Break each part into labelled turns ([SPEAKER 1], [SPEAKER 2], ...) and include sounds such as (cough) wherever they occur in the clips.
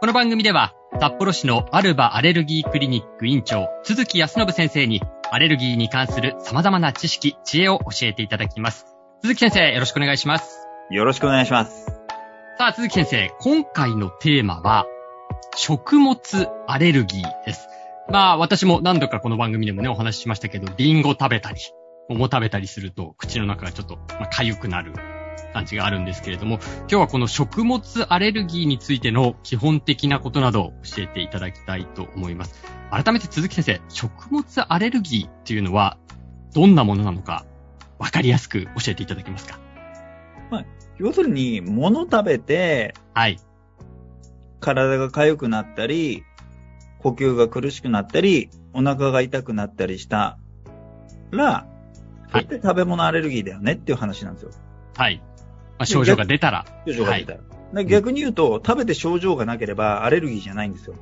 [SPEAKER 1] この番組では、札幌市のアルバアレルギークリニック院長、鈴木康信先生に、アレルギーに関する様々な知識、知恵を教えていただきます。鈴木先生、よろしくお願いします。
[SPEAKER 2] よろしくお願いします。
[SPEAKER 1] さあ、鈴木先生、今回のテーマは、食物アレルギーです。まあ、私も何度かこの番組でもね、お話ししましたけど、リンゴ食べたり、桃食べたりすると、口の中がちょっと、まあ、痒くなる感じがあるんですけれども、今日はこの食物アレルギーについての基本的なことなどを教えていただきたいと思います。改めて鈴木先生、食物アレルギーっていうのはどんなものなのか分かりやすく教えていただけますか
[SPEAKER 2] まあ、要するに、物食べて、
[SPEAKER 1] はい。
[SPEAKER 2] 体が痒くなったり、呼吸が苦しくなったり、お腹が痛くなったりしたら、はい、食べ物アレルギーだよねっていう話なんですよ。
[SPEAKER 1] はい。まあ、症状が出たら。
[SPEAKER 2] 症状が出たら。はい、逆に言うと、うん、食べて症状がなければアレルギーじゃないんですよ。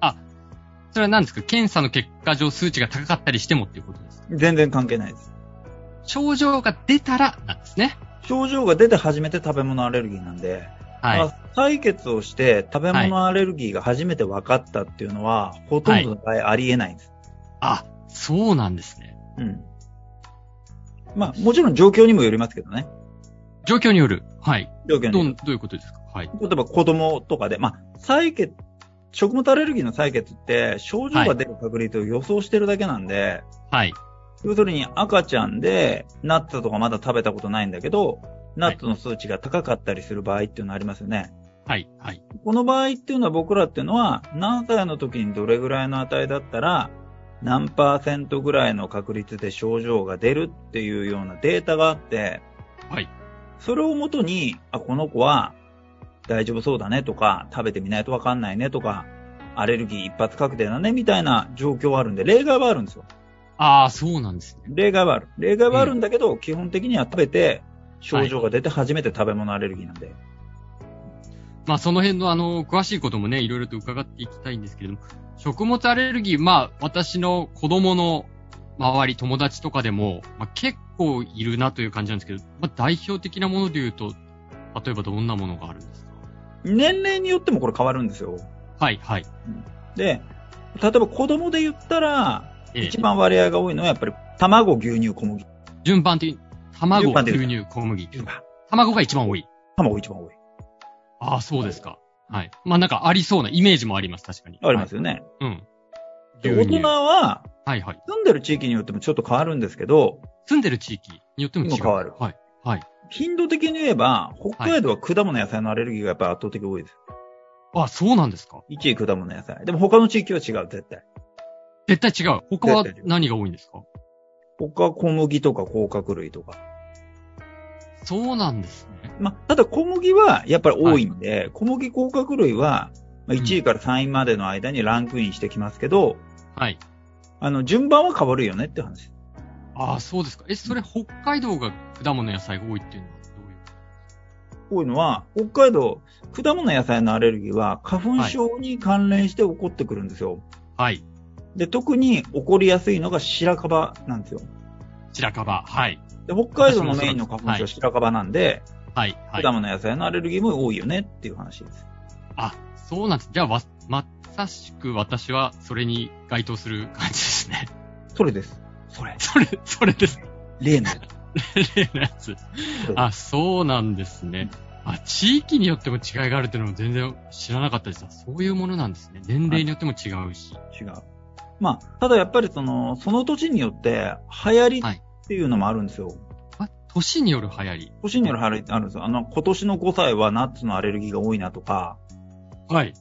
[SPEAKER 1] あ、それは何ですか検査の結果上数値が高かったりしてもっていうことですか
[SPEAKER 2] 全然関係ないです。
[SPEAKER 1] 症状が出たらなんですね。
[SPEAKER 2] 症状が出て初めて食べ物アレルギーなんで、はいまあ、採血をして食べ物アレルギーが初めて分かったっていうのは、はい、ほとんどの場合ありえないです。
[SPEAKER 1] あ、そうなんですね。
[SPEAKER 2] うん。まあ、もちろん状況にもよりますけどね。
[SPEAKER 1] 状況による。はい。
[SPEAKER 2] 状況によ
[SPEAKER 1] る。どういうことですかはい。
[SPEAKER 2] 例えば子供とかで、まあ、採血、食物アレルギーの採血って、症状が出る確率を予想してるだけなんで、
[SPEAKER 1] はい。
[SPEAKER 2] 要するに赤ちゃんで、ナッツとかまだ食べたことないんだけど、ナッツの数値が高かったりする場合っていうのありますよね。
[SPEAKER 1] はい、はい。
[SPEAKER 2] この場合っていうのは僕らっていうのは、何歳の時にどれぐらいの値だったら、何パーセントぐらいの確率で症状が出るっていうようなデータがあって、
[SPEAKER 1] はい。
[SPEAKER 2] それをもとに、あ、この子は大丈夫そうだねとか、食べてみないとわかんないねとか、アレルギー一発確定だねみたいな状況はあるんで、例外はあるんですよ。
[SPEAKER 1] ああ、そうなんですね。
[SPEAKER 2] 例外はある。例外はあるんだけど、うん、基本的には食べて、症状が出て初めて食べ物アレルギーなんで。はい、
[SPEAKER 1] まあ、その辺のあの、詳しいこともね、いろいろと伺っていきたいんですけれども、食物アレルギー、まあ、私の子供の周り、友達とかでも、まあ、結構いるなという感じなんですけど、まあ、代表的なもので言うと、例えばどんなものがあるんですか
[SPEAKER 2] 年齢によってもこれ変わるんですよ。
[SPEAKER 1] はい、はい。
[SPEAKER 2] で、例えば子供で言ったら、ええ、一番割合が多いのはやっぱり卵、牛乳、小麦。
[SPEAKER 1] 順番的に、卵、牛乳、小麦。卵が一番多い。
[SPEAKER 2] 卵一番多い。
[SPEAKER 1] ああ、そうですか。はい。まあなんかありそうなイメージもあります、確かに。
[SPEAKER 2] ありますよね。
[SPEAKER 1] はい、
[SPEAKER 2] うん。大人は、
[SPEAKER 1] はいはい。
[SPEAKER 2] 住んでる地域によってもちょっと変わるんですけど、
[SPEAKER 1] 住んでる地域によっても違う。
[SPEAKER 2] 変わる。
[SPEAKER 1] はい。はい。
[SPEAKER 2] 頻度的に言えば、北海道は果物野菜のアレルギーがやっぱり圧倒的多いです。
[SPEAKER 1] はい、あ、そうなんですか
[SPEAKER 2] ?1 位果物野菜。でも他の地域は違う、絶対。
[SPEAKER 1] 絶対違う。他は何が多いんですか
[SPEAKER 2] 他小麦とか甲殻類とか。
[SPEAKER 1] そうなんですね。
[SPEAKER 2] まあ、ただ小麦はやっぱり多いんで、はい、小麦甲殻類は、まあ、1位から3位までの間にランクインしてきますけど、
[SPEAKER 1] うん、はい。
[SPEAKER 2] あの、順番は変わるよねって話。
[SPEAKER 1] ああ、そうですか。え、それ北海道が果物野菜が多いっていうのはどういう
[SPEAKER 2] 多いのは、北海道、果物野菜のアレルギーは花粉症に関連して起こってくるんですよ。
[SPEAKER 1] はい。
[SPEAKER 2] で、特に起こりやすいのが白樺なんですよ。
[SPEAKER 1] 白樺、はい。
[SPEAKER 2] で、北海道のメインの花粉症白樺なんで、、
[SPEAKER 1] はい。はい
[SPEAKER 2] 果物野菜のアレルギーも多いよねっていう話です。
[SPEAKER 1] あ、そうなんです。じゃあ、ま、まさしく私はそれに該当する感じですね。
[SPEAKER 2] それです。それ。
[SPEAKER 1] それ、それです。 (laughs)
[SPEAKER 2] 例のや
[SPEAKER 1] つ。例のやつ。あ、そうなんですね。あ、地域によっても違いがあるっていうのも全然知らなかったです。そういうものなんですね。年齢によっても違うし。
[SPEAKER 2] 違う。まあ、ただやっぱりその、その年によって流行りっていうのもあるんですよ。
[SPEAKER 1] はい、年による流行り
[SPEAKER 2] 年による流行りってあるんですよ。あの、今年の5歳はナッツのアレルギーが多いなとか。
[SPEAKER 1] はい。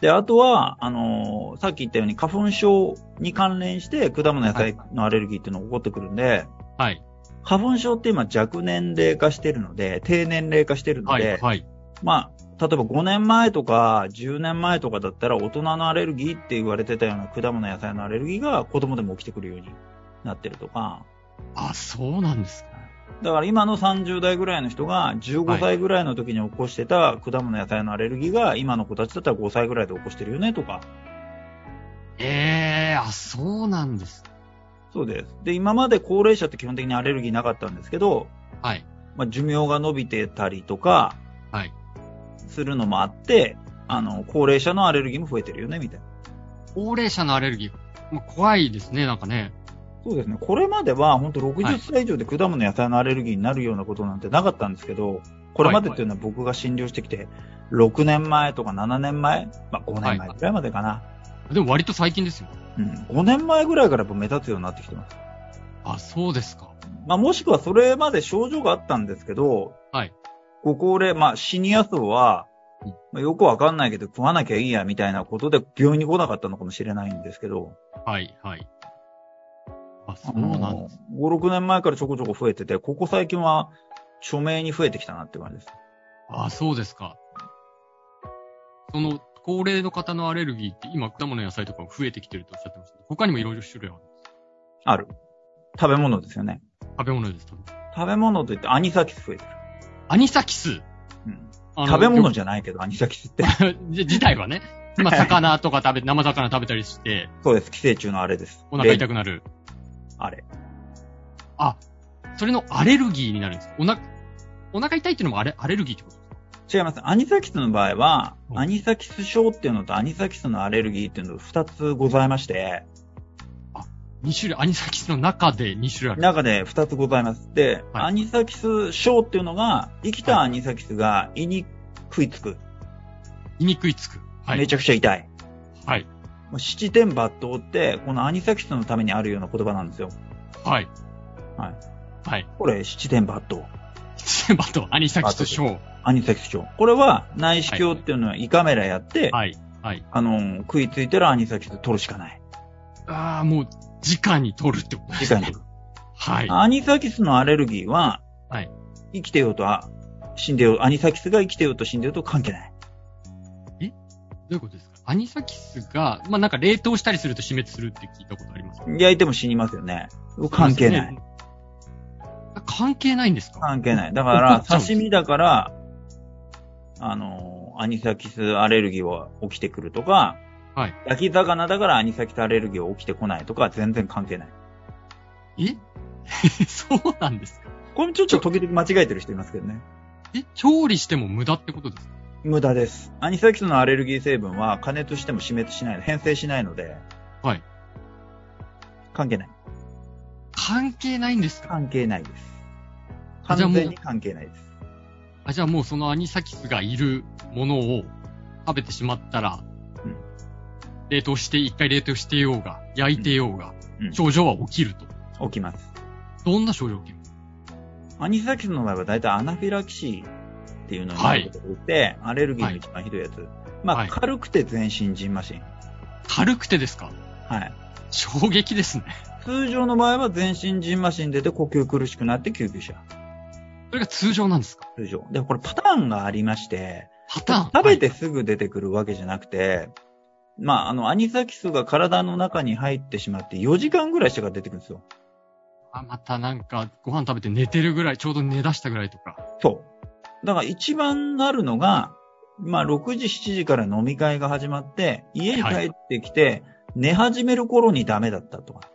[SPEAKER 2] で、あとは、あのー、さっき言ったように花粉症に関連して果物野菜のアレルギーっていうのが起こってくるんで、
[SPEAKER 1] はい。
[SPEAKER 2] 花粉症って今若年齢化してるので、低年齢化してるので、
[SPEAKER 1] はい。はい、
[SPEAKER 2] まあ、例えば5年前とか10年前とかだったら大人のアレルギーって言われてたような果物野菜のアレルギーが子供でも起きてくるようになってるとか。
[SPEAKER 1] あ、そうなんですか。
[SPEAKER 2] だから今の30代ぐらいの人が
[SPEAKER 1] は
[SPEAKER 2] 15
[SPEAKER 1] い
[SPEAKER 2] 歳ぐらいの時に起こしてた果物野菜のアレルギーが今の子たちだったら5歳ぐらいで起こしてるよねとか。
[SPEAKER 1] ええあ、そうなんです。
[SPEAKER 2] そうです。で、今まで高齢者って基本的にアレルギーなかったんですけど、
[SPEAKER 1] はい。
[SPEAKER 2] まあ、寿命が伸びてたりとか
[SPEAKER 1] はい。
[SPEAKER 2] するのもあって、あの、高齢者のアレルギーも増えてるよねみたいな。
[SPEAKER 1] 高齢者のアレルギー、まあ、怖いですね、なんかね。
[SPEAKER 2] そうですね。これまでは本当
[SPEAKER 1] はい
[SPEAKER 2] 60歳以上で果物野菜のアレルギーになるようなことなんてなかったんですけど、これまでっていうのは僕が診療してきて、6年前とか7年前、まあ5年前ぐらいまでかな。
[SPEAKER 1] でも割と最近ですよ。
[SPEAKER 2] うん。5年前ぐらいからやっぱ目立つようになってきてます。
[SPEAKER 1] あ、そうですか。
[SPEAKER 2] まあもしくはそれまで症状があったんですけど、
[SPEAKER 1] はい。
[SPEAKER 2] ご高齢、まあシニア層は
[SPEAKER 1] うん、
[SPEAKER 2] まあよくわかんないけど食わなきゃいいやみたいなことで病院に来なかったのかもしれないんですけど、
[SPEAKER 1] はい、はい。あ、そうなんです。
[SPEAKER 2] 5、6年前からちょこちょこ増えてて、ここ最近は著名に増えてきたなって感じです。
[SPEAKER 1] あ、そうですか。その、高齢の方のアレルギーって今、果物野菜とかも増えてきてるとおっしゃってましたけど。他にもいろいろ種類ある。
[SPEAKER 2] ある。食べ物ですよね。
[SPEAKER 1] 食べ物です、多分。
[SPEAKER 2] 食べ物といってアニサキス増えてる。
[SPEAKER 1] アニサキス。
[SPEAKER 2] うん、
[SPEAKER 1] あの
[SPEAKER 2] 食べ
[SPEAKER 1] よく
[SPEAKER 2] 物じゃないけど、アニサキスって。 (laughs)
[SPEAKER 1] じ (laughs) 自体はね。まあ、魚とか食べ、生魚食べたりして、
[SPEAKER 2] そうです。寄生虫のあれです。
[SPEAKER 1] お腹痛
[SPEAKER 2] く。
[SPEAKER 1] くなる。
[SPEAKER 2] あれ。
[SPEAKER 1] あ、それのアレルギーになるんですかおな、お腹痛いっていうのもアレアレルギーってことですか
[SPEAKER 2] 違います。アニサキスの場合は、
[SPEAKER 1] うん
[SPEAKER 2] アニサキス症っていうのとアニサキスのアレルギーっていうの二つございまして、
[SPEAKER 1] 二種類、アニサキスの中で2種類ある。
[SPEAKER 2] 中で二つございます。で、
[SPEAKER 1] はい
[SPEAKER 2] アニサキス症っていうのが、生きたアニサキスが胃に食いつく。
[SPEAKER 1] 胃に食いつく。は
[SPEAKER 2] め
[SPEAKER 1] い。
[SPEAKER 2] ちゃくちゃ痛い。
[SPEAKER 1] はい。
[SPEAKER 2] もう七点抜刀って、このアニサキスのためにあるような言葉なんですよ。
[SPEAKER 1] はい。
[SPEAKER 2] はい。
[SPEAKER 1] はい。
[SPEAKER 2] これ、七点抜刀。
[SPEAKER 1] セバとアニサキス症。
[SPEAKER 2] アニサキス症。これは、内視鏡っていうのは胃カメラやって、
[SPEAKER 1] はい。はい。
[SPEAKER 2] あの、食いついてるアニサキス取るしかない。
[SPEAKER 1] ああ、もう、直に取るってことです
[SPEAKER 2] 直
[SPEAKER 1] ね
[SPEAKER 2] に。
[SPEAKER 1] はい。
[SPEAKER 2] アニサキスのアレルギーは、
[SPEAKER 1] はい
[SPEAKER 2] 生きてようとあ死んでよう、アニサキスが生きてようと死んでようと関係ない。
[SPEAKER 1] どういうことですかアニサキスが、まあ、なんか冷凍したりすると死滅するって聞いたことあります
[SPEAKER 2] 焼いても死にますよね。関係ない。。
[SPEAKER 1] 関係ないんですか
[SPEAKER 2] 関係ない。だか
[SPEAKER 1] 怒
[SPEAKER 2] ら
[SPEAKER 1] っ、ちゃうんです
[SPEAKER 2] 刺身だから、あの、アニサキスアレルギーは起きてくるとか、
[SPEAKER 1] はい
[SPEAKER 2] 焼き魚だからアニサキスアレルギーは起きてこないとか、全然関係ない。
[SPEAKER 1] え (laughs) そうなんですか
[SPEAKER 2] これちょっと時々間違えてる人いますけどね。
[SPEAKER 1] え調理しても無駄ってことですか
[SPEAKER 2] 無駄です。アニサキスのアレルギー成分は加熱しても死滅しない、変性しないので。
[SPEAKER 1] はい。
[SPEAKER 2] 関係ない。
[SPEAKER 1] 関係ないんですか
[SPEAKER 2] 関係ないです。
[SPEAKER 1] あじゃあ
[SPEAKER 2] 完
[SPEAKER 1] もう
[SPEAKER 2] 全に関係ないです。
[SPEAKER 1] あ、じゃあもうそのアニサキスがいるものを食べてしまったら、
[SPEAKER 2] うん
[SPEAKER 1] 冷凍して、一回冷凍してようが、焼いてようが、
[SPEAKER 2] うんうん
[SPEAKER 1] 症状は起きると。
[SPEAKER 2] 起きます。
[SPEAKER 1] どんな症状起きる
[SPEAKER 2] アニサキスの場合は大体アナフィラキシーっていうのに
[SPEAKER 1] はい
[SPEAKER 2] なるって、アレルギーの一番ひどいやつ。まあ、
[SPEAKER 1] はい
[SPEAKER 2] 軽くて全身ジンマシン。
[SPEAKER 1] 軽くてですか
[SPEAKER 2] はい。
[SPEAKER 1] 衝撃ですね。
[SPEAKER 2] 通常の場合は全身ジンマシン出て呼吸苦しくなって救急車。
[SPEAKER 1] それが通常なんですか
[SPEAKER 2] 通常。で、これパターンがありまして、
[SPEAKER 1] パターン。
[SPEAKER 2] 食べて
[SPEAKER 1] はい
[SPEAKER 2] すぐ出てくるわけじゃなくて、まあ、あの、アニサキスが体の中に入ってしまって4時間ぐらいしてから出てくるんですよ。
[SPEAKER 1] あ、またなんか、ご飯食べて寝てるぐらい、ちょうど寝出したぐらいとか。
[SPEAKER 2] そう。だから一番なるのが、まあ、6時、7時から飲み会が始まって、家に帰ってきて、寝始める頃にダメだったとか。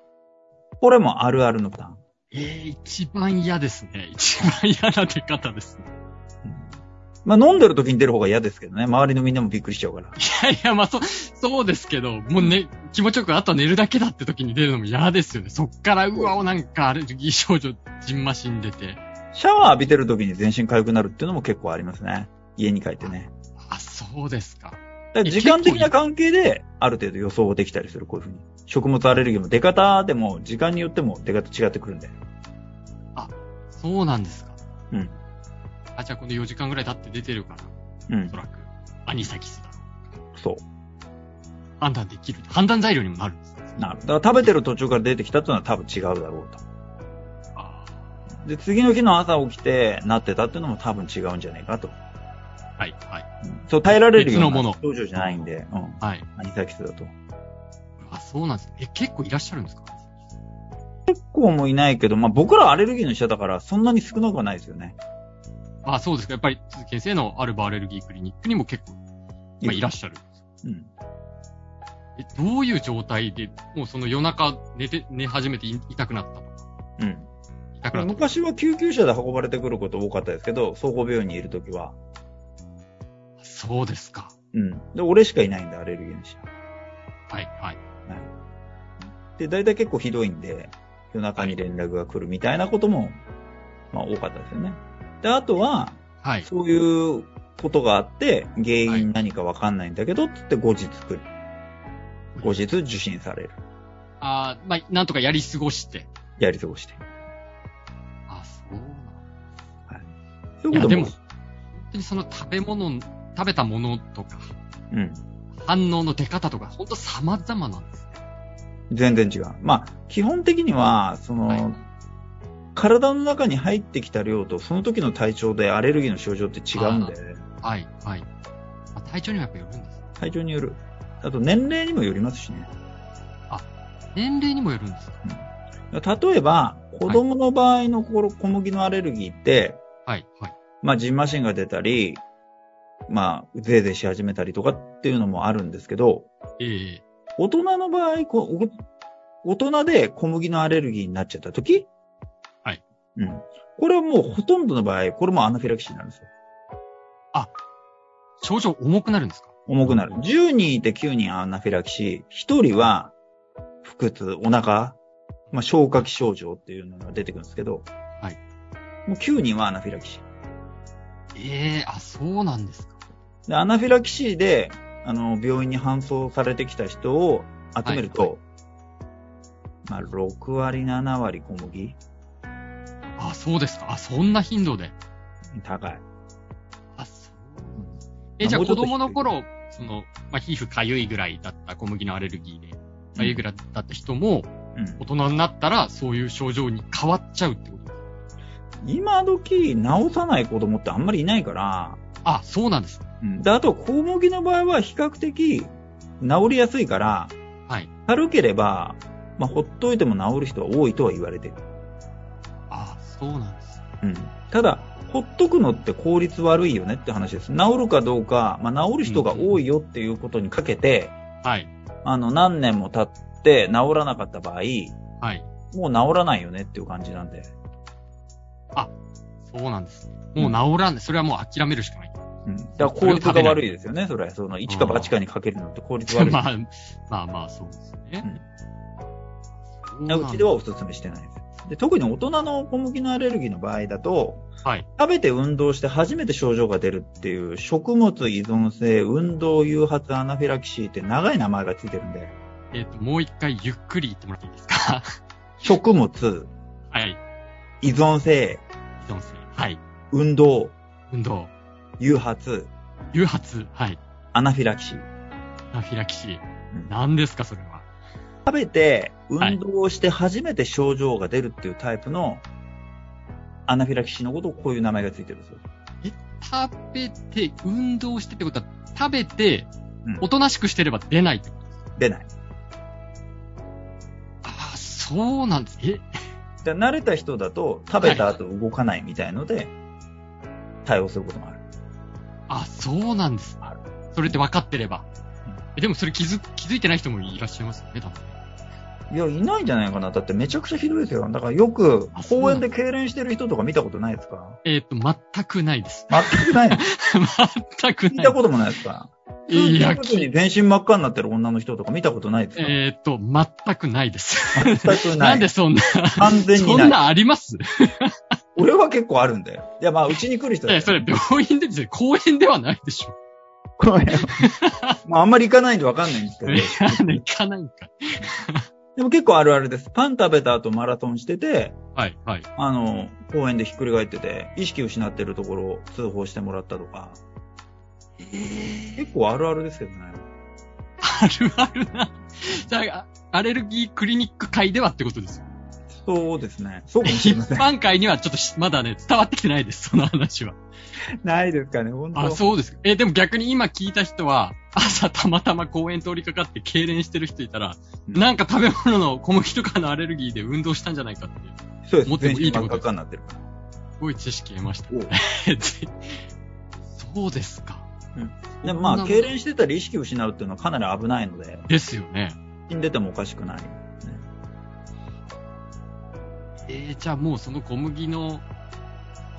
[SPEAKER 2] これもあるあるのパターン。
[SPEAKER 1] ええ一番嫌ですね。一番嫌な出方ですね。
[SPEAKER 2] まあ、飲んでる時に出る方が嫌ですけどね。周りのみんなもびっくりしちゃうから。
[SPEAKER 1] いやいや、まあ、そ、そうですけど、もうね、気持ちよく、あとは寝るだけだって時に出るのも嫌ですよね。そっから、うわ、なんかアレルギー症状、じんましん出て。
[SPEAKER 2] シャワー浴びてる時に全身痒くなるっていうのも結構ありますね。家に帰ってね。
[SPEAKER 1] あ、そうですか。
[SPEAKER 2] だから時間的な関係で、ある程度予想できたりする、こういうふうに。食物アレルギーも出方でも、時間によっても出方違ってくるんで。
[SPEAKER 1] そうなんですか。
[SPEAKER 2] うん。
[SPEAKER 1] あ、じゃあこの4時間ぐらい経って出てるから、
[SPEAKER 2] うん
[SPEAKER 1] おそ。らく、アニサキスだ。
[SPEAKER 2] そう。
[SPEAKER 1] 判断できる。判断材料にもなるんですね。
[SPEAKER 2] なるだから食べてる途中から出てきたっていうのは多分違うだろうと。
[SPEAKER 1] あ
[SPEAKER 2] で、次の日の朝起きてなってたっていうのも多分違うんじゃないかと。
[SPEAKER 1] はい、はい、
[SPEAKER 2] そう、耐えられるような
[SPEAKER 1] 別のもの
[SPEAKER 2] 症状じゃないんで、うん。
[SPEAKER 1] はい。
[SPEAKER 2] アニサキスだと。
[SPEAKER 1] あ、そうなんです。え、結構いらっしゃるんですか
[SPEAKER 2] 結構もいないけど、まあ僕らアレルギーの医者だから、そんなに少なくはないですよね。
[SPEAKER 1] あ、そうですか。やっぱり、鈴木先生のアルバアレルギークリニックにも結構、まあ、いらっしゃる。
[SPEAKER 2] うん。
[SPEAKER 1] え、どういう状態で、もうその夜中寝て、寝始めてい痛くなったとか、
[SPEAKER 2] うん。
[SPEAKER 1] 痛くなったとか。
[SPEAKER 2] 昔は救急車で運ばれてくること多かったですけど、総合病院にいるときは。
[SPEAKER 1] そうですか。
[SPEAKER 2] うん。で、俺しかいないんだ、アレルギーの医者。
[SPEAKER 1] はい、はい。
[SPEAKER 2] で、大体結構ひどいんで、夜中に連絡が来るみたいなことも、まあ多かったですよね。で、あとは、
[SPEAKER 1] はい。
[SPEAKER 2] そういうことがあって、原因何かわかんないんだけど、つって後日来る。後日受診される。
[SPEAKER 1] あーまあ、なんとかやり過ごして。
[SPEAKER 2] やり過ごして。
[SPEAKER 1] あ、そうなん
[SPEAKER 2] そう
[SPEAKER 1] い
[SPEAKER 2] いう
[SPEAKER 1] や、
[SPEAKER 2] こと
[SPEAKER 1] でも、本当にその食べ物、食べたものとか、
[SPEAKER 2] うん。
[SPEAKER 1] 反応の出方とか、本当様々なんですね。
[SPEAKER 2] 全然違う。まあ、基本的には、その、
[SPEAKER 1] はい
[SPEAKER 2] 体の中に入ってきた量と、その時の体調でアレルギーの症状って違うんで、
[SPEAKER 1] はい、はい。あ体調にはやっぱよるんですね。
[SPEAKER 2] 体調による。あと、年齢にもよりますしね。
[SPEAKER 1] 年齢にもよるんですか
[SPEAKER 2] 例えば、子供の場合のこの小麦のアレルギーって、
[SPEAKER 1] はい、はい。
[SPEAKER 2] まあ、ジンマシンが出たり、まあ、ぜいぜいし始めたりとかっていうのもあるんですけど、
[SPEAKER 1] ええ
[SPEAKER 2] 大人の場合、こうお大人で小麦のアレルギーになっちゃった時
[SPEAKER 1] はい。
[SPEAKER 2] うん。これはもうほとんどの場合、これもアナフィラキシーになるんですよ。
[SPEAKER 1] 症状重くなるんですか
[SPEAKER 2] 重くなる。10人いて9人アナフィラキシー、1人は腹痛、お腹、まあ、消化器症状っていうのが出てくるんですけど、
[SPEAKER 1] はい。
[SPEAKER 2] もう9人はアナフィラキシ
[SPEAKER 1] ええあ、そうなんですか。
[SPEAKER 2] ー。で、アナフィラキシーで、あの、病院に搬送されてきた人を集めると、
[SPEAKER 1] はい
[SPEAKER 2] まあ、6割、7割小麦、
[SPEAKER 1] あ、そうですか。あ、そんな頻度で。
[SPEAKER 2] 高い。
[SPEAKER 1] あ、そう。
[SPEAKER 2] うん
[SPEAKER 1] え、
[SPEAKER 2] あ
[SPEAKER 1] じゃあ
[SPEAKER 2] もうちょ
[SPEAKER 1] 子
[SPEAKER 2] っと低い
[SPEAKER 1] 供の頃、その、まあ、皮膚かゆいぐらいだった小麦のアレルギーで、かゆいぐらいだった人も、
[SPEAKER 2] うん
[SPEAKER 1] 大人になったらそういう症状に変わっちゃうってことです
[SPEAKER 2] 今時治さない子供ってあんまりいないから、
[SPEAKER 1] あ、そうなんですね。
[SPEAKER 2] うん、であと小麦の場合は比較的治りやすいから、
[SPEAKER 1] はい。
[SPEAKER 2] 軽ければ、まあ、ほっといても治る人は多いとは言われてる。
[SPEAKER 1] あ、そうなんですね。
[SPEAKER 2] うん、ただ、ほっとくのって効率悪いよねって話です。治るかどうか、まあ、治る人が多いよっていうことにかけて、
[SPEAKER 1] はい。
[SPEAKER 2] あの、何年も経って治らなかった場合、
[SPEAKER 1] はい。
[SPEAKER 2] もう治らないよねっていう感じなんで。
[SPEAKER 1] そうなんですね。もう治らんで、それはもう諦めるしかない。
[SPEAKER 2] うん、だから効率が悪いですよね、それ。その、一か八かにかけるのって効率悪
[SPEAKER 1] (laughs)
[SPEAKER 2] い。
[SPEAKER 1] まあ、まあまあ、そうですね。そうなん
[SPEAKER 2] ちではお勧めしてないです。で特に大人の小麦のアレルギーの場合だと、
[SPEAKER 1] はい。
[SPEAKER 2] 食べて運動して初めて症状が出るっていう、食物依存性運動誘発アナフィラキシーって長い名前がついてるんで、
[SPEAKER 1] えっ、と、もう一回ゆっくり言ってもらっていいですか (laughs)
[SPEAKER 2] 食物、
[SPEAKER 1] はい。
[SPEAKER 2] 依存性、
[SPEAKER 1] 依存性。はい。
[SPEAKER 2] 運動、
[SPEAKER 1] 運動。
[SPEAKER 2] 誘発、
[SPEAKER 1] 誘発。はい。
[SPEAKER 2] アナフィラキシー。
[SPEAKER 1] アナフィラキシー。
[SPEAKER 2] うん
[SPEAKER 1] 何ですか、それは。
[SPEAKER 2] 食べて
[SPEAKER 1] はい
[SPEAKER 2] 運動して初めて症状が出るっていうタイプのアナフィラキシーのことをこういう名前がついてるんですよ。
[SPEAKER 1] 食べて、運動してってことは、食べて
[SPEAKER 2] うん、
[SPEAKER 1] おとなしくしてれば出ないってことです。
[SPEAKER 2] 出ない。
[SPEAKER 1] ああ、そうなんです。え、
[SPEAKER 2] で慣れた人だと食べた後動かないみたいので対応することもある。
[SPEAKER 1] あ、そうなんです
[SPEAKER 2] ある。
[SPEAKER 1] それって分かってれば
[SPEAKER 2] うん。
[SPEAKER 1] えでもそれ気づ、気づいてない人もいらっしゃいますよね、多分。
[SPEAKER 2] いや、いないんじゃないかな。だってめちゃくちゃひどいですよ。だからよく
[SPEAKER 1] あそう
[SPEAKER 2] 公
[SPEAKER 1] な
[SPEAKER 2] 園
[SPEAKER 1] ん
[SPEAKER 2] で
[SPEAKER 1] だ
[SPEAKER 2] 痙攣してる人とか見たことないですか
[SPEAKER 1] えっ、と、全くない
[SPEAKER 2] (laughs)
[SPEAKER 1] です。
[SPEAKER 2] 全
[SPEAKER 1] (laughs)
[SPEAKER 2] くない。
[SPEAKER 1] 全く
[SPEAKER 2] 見
[SPEAKER 1] ない
[SPEAKER 2] た。こともないですか
[SPEAKER 1] いや、
[SPEAKER 2] 普通に
[SPEAKER 1] き
[SPEAKER 2] 全身真っ赤になってる女の人とか見たことないですか
[SPEAKER 1] えっ、と、全くないです。
[SPEAKER 2] 全く
[SPEAKER 1] な
[SPEAKER 2] なん
[SPEAKER 1] で
[SPEAKER 2] い。
[SPEAKER 1] そんな、
[SPEAKER 2] 完全に
[SPEAKER 1] そん
[SPEAKER 2] ない。
[SPEAKER 1] なあります
[SPEAKER 2] 俺は結構あるんだよ。いや、まあ、うちに来る人だ
[SPEAKER 1] え、
[SPEAKER 2] よ
[SPEAKER 1] それ病院で、公園ではないでしょ。
[SPEAKER 2] これ
[SPEAKER 1] (laughs)
[SPEAKER 2] まあ、あんまり行かないんでわかんないんですけど。
[SPEAKER 1] 行かないんか。
[SPEAKER 2] でも結構あるあるです。パン食べた後マラソンしてて、
[SPEAKER 1] はい、はい。
[SPEAKER 2] あの、公園でひっくり返ってて、意識失ってるところを通報してもらったとか、結構あるあるですけどね。
[SPEAKER 1] あるあるな。じゃあ、アレルギークリニック会ではってことですよ。
[SPEAKER 2] そうですね。そうかもし
[SPEAKER 1] 一
[SPEAKER 2] れません。
[SPEAKER 1] 般界にはちょっとしまだね、伝わってきてないです、その話は。
[SPEAKER 2] (laughs) ないですかね、本当
[SPEAKER 1] あ、そうです。え、でも逆に今聞いた人は、朝たまたま公園通りかかって痙攣してる人いたら、なんか食べ物の小麦とかのアレルギーで運動したんじゃないかっていう、
[SPEAKER 2] そうです。
[SPEAKER 1] 持って
[SPEAKER 2] 全
[SPEAKER 1] もいい
[SPEAKER 2] 身
[SPEAKER 1] って
[SPEAKER 2] 真
[SPEAKER 1] こ
[SPEAKER 2] っ
[SPEAKER 1] とです
[SPEAKER 2] 赤っかになってるから。
[SPEAKER 1] すごい知識得ました。
[SPEAKER 2] お
[SPEAKER 1] (laughs)
[SPEAKER 2] う
[SPEAKER 1] でそうですか。
[SPEAKER 2] でもま
[SPEAKER 1] な
[SPEAKER 2] あ、
[SPEAKER 1] んだ
[SPEAKER 2] 痙攣してたり意識失うっていうのはかなり危ないので、
[SPEAKER 1] ですよね。
[SPEAKER 2] 死んでてもおかしくない。
[SPEAKER 1] えー、じゃあもうその小麦の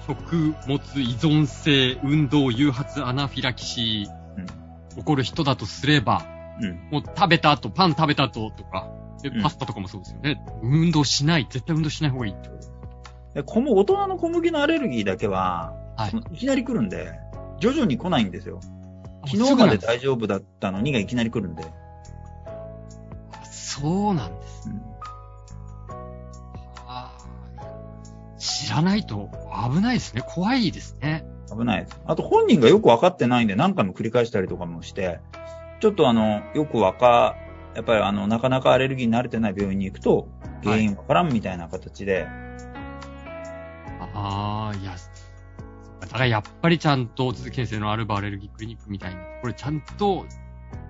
[SPEAKER 1] 食物依存性運動誘発アナフィラキシー、起こる人だとすれば、
[SPEAKER 2] うん。
[SPEAKER 1] もう食べた後、パン食べた後とか、で
[SPEAKER 2] うん
[SPEAKER 1] パスタとかもそうですよね。運動しない、絶対運動しない方がいいってこと。
[SPEAKER 2] で小麦大人の小麦のアレルギーだけは、
[SPEAKER 1] はい
[SPEAKER 2] そのいきなり来るんで、徐々に来ないんですよ。昨
[SPEAKER 1] す
[SPEAKER 2] 日
[SPEAKER 1] ぐ
[SPEAKER 2] ま
[SPEAKER 1] なん
[SPEAKER 2] です大丈夫だったのにがいきなり来るんで。
[SPEAKER 1] そうなんです。
[SPEAKER 2] うん
[SPEAKER 1] あー知らないと危ないですね。怖いですね。
[SPEAKER 2] 危ないです。あと本人がよく分かってないんで何回も繰り返したりとかもして、ちょっとあの、よくわか、やっぱりあの、なかなかアレルギーに慣れてない病院に行くと、原因わからんみたいな形で、
[SPEAKER 1] ああ、いや、だからやっぱりちゃんと、鈴木先生のアルバアレルギークリニックみたいな、これちゃんと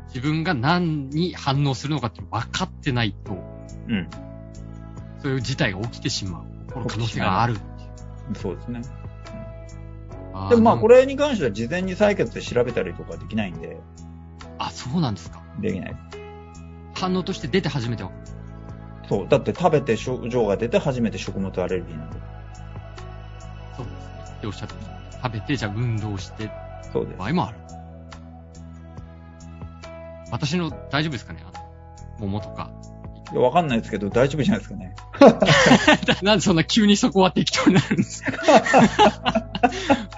[SPEAKER 1] 自分が何に反応するのかって分かってないと、
[SPEAKER 2] うん。
[SPEAKER 1] そういう事態が起きてしまう。起こる可能性があるっていう。
[SPEAKER 2] そうですね。
[SPEAKER 1] あー
[SPEAKER 2] でもまあ
[SPEAKER 1] なん
[SPEAKER 2] これに関しては事前に採血で調べたりとかできないんで、
[SPEAKER 1] あ、そうなんですか。
[SPEAKER 2] できない。
[SPEAKER 1] 反応として出て初めて分かる。
[SPEAKER 2] そう。だって食べて症状が出て初めて食物アレルギーなんで。
[SPEAKER 1] そうですね。っておっしゃってました。食べて、じゃあ運動して、
[SPEAKER 2] そうです
[SPEAKER 1] 場。合もある。私の大丈夫ですかねあの桃とか。
[SPEAKER 2] いやわかんないですけど、大丈夫じゃないですかね。
[SPEAKER 1] なんでそんな急にそこは適当になるんですか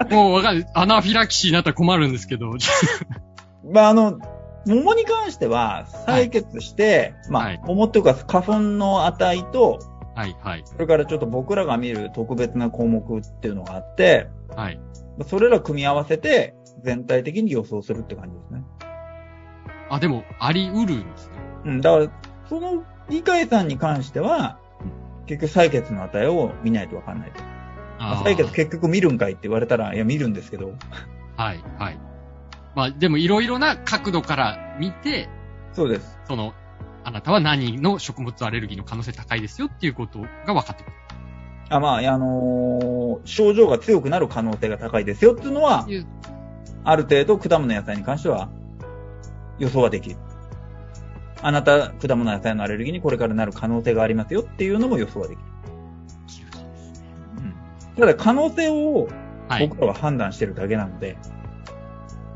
[SPEAKER 1] もうわかんない。アナフィラキシーになったら困るんですけど。
[SPEAKER 2] まあ、あの、桃に関しては、採血して、まあ、
[SPEAKER 1] はい
[SPEAKER 2] 桃っていうか、花粉の値と、
[SPEAKER 1] はい、はい、
[SPEAKER 2] それからちょっと僕らが見る特別な項目っていうのがあって、
[SPEAKER 1] はい。
[SPEAKER 2] まあそれら組み合わせて、全体的に予想するって感じですね。
[SPEAKER 1] あ、でも、あり得るんですね。
[SPEAKER 2] うん、だから、その、イカイさんに関しては、結局採血の値を見ないとわかんないと。まあ
[SPEAKER 1] あー
[SPEAKER 2] 採血結局見るんかいって言われたら、いや、見るんですけど、
[SPEAKER 1] はい、はい。まあ、でもいろいろな角度から見て、
[SPEAKER 2] そうです。
[SPEAKER 1] その、あなたは何の食物アレルギーの可能性高いですよっていうことが分かってくる。
[SPEAKER 2] あ、まあ、いやあのー症状が強くなる可能性が高いですよっていうのは、
[SPEAKER 1] いう
[SPEAKER 2] ある程度果物野菜に関しては予想はできる。あなた、果物野菜のアレルギーにこれからなる可能性がありますよっていうのも予想はできる。
[SPEAKER 1] 切るんですね
[SPEAKER 2] ただ可能性を
[SPEAKER 1] はい。
[SPEAKER 2] 僕らは判断してるだけなので、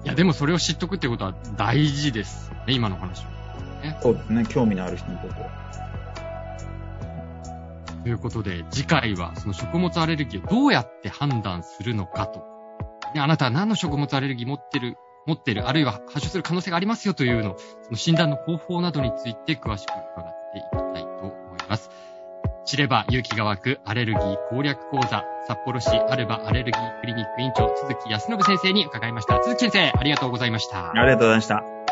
[SPEAKER 1] いや、でもそれを知っとくってことは大事ですね、今のお話は。
[SPEAKER 2] そうですね、興味のある人にとっては。
[SPEAKER 1] ということで、次回はその食物アレルギーをどうやって判断するのかと。であなたは何の食物アレルギー持ってる、持ってる、あるいは発症する可能性がありますよというのを、その診断の方法などについて詳しく伺っていきたいと思います。知れば勇気が湧くアレルギー攻略講座、札幌市アルバアレルギークリニック委員長、鈴木康信先生に伺いました。鈴木先生、ありがとうございました。
[SPEAKER 2] ありがとうございました。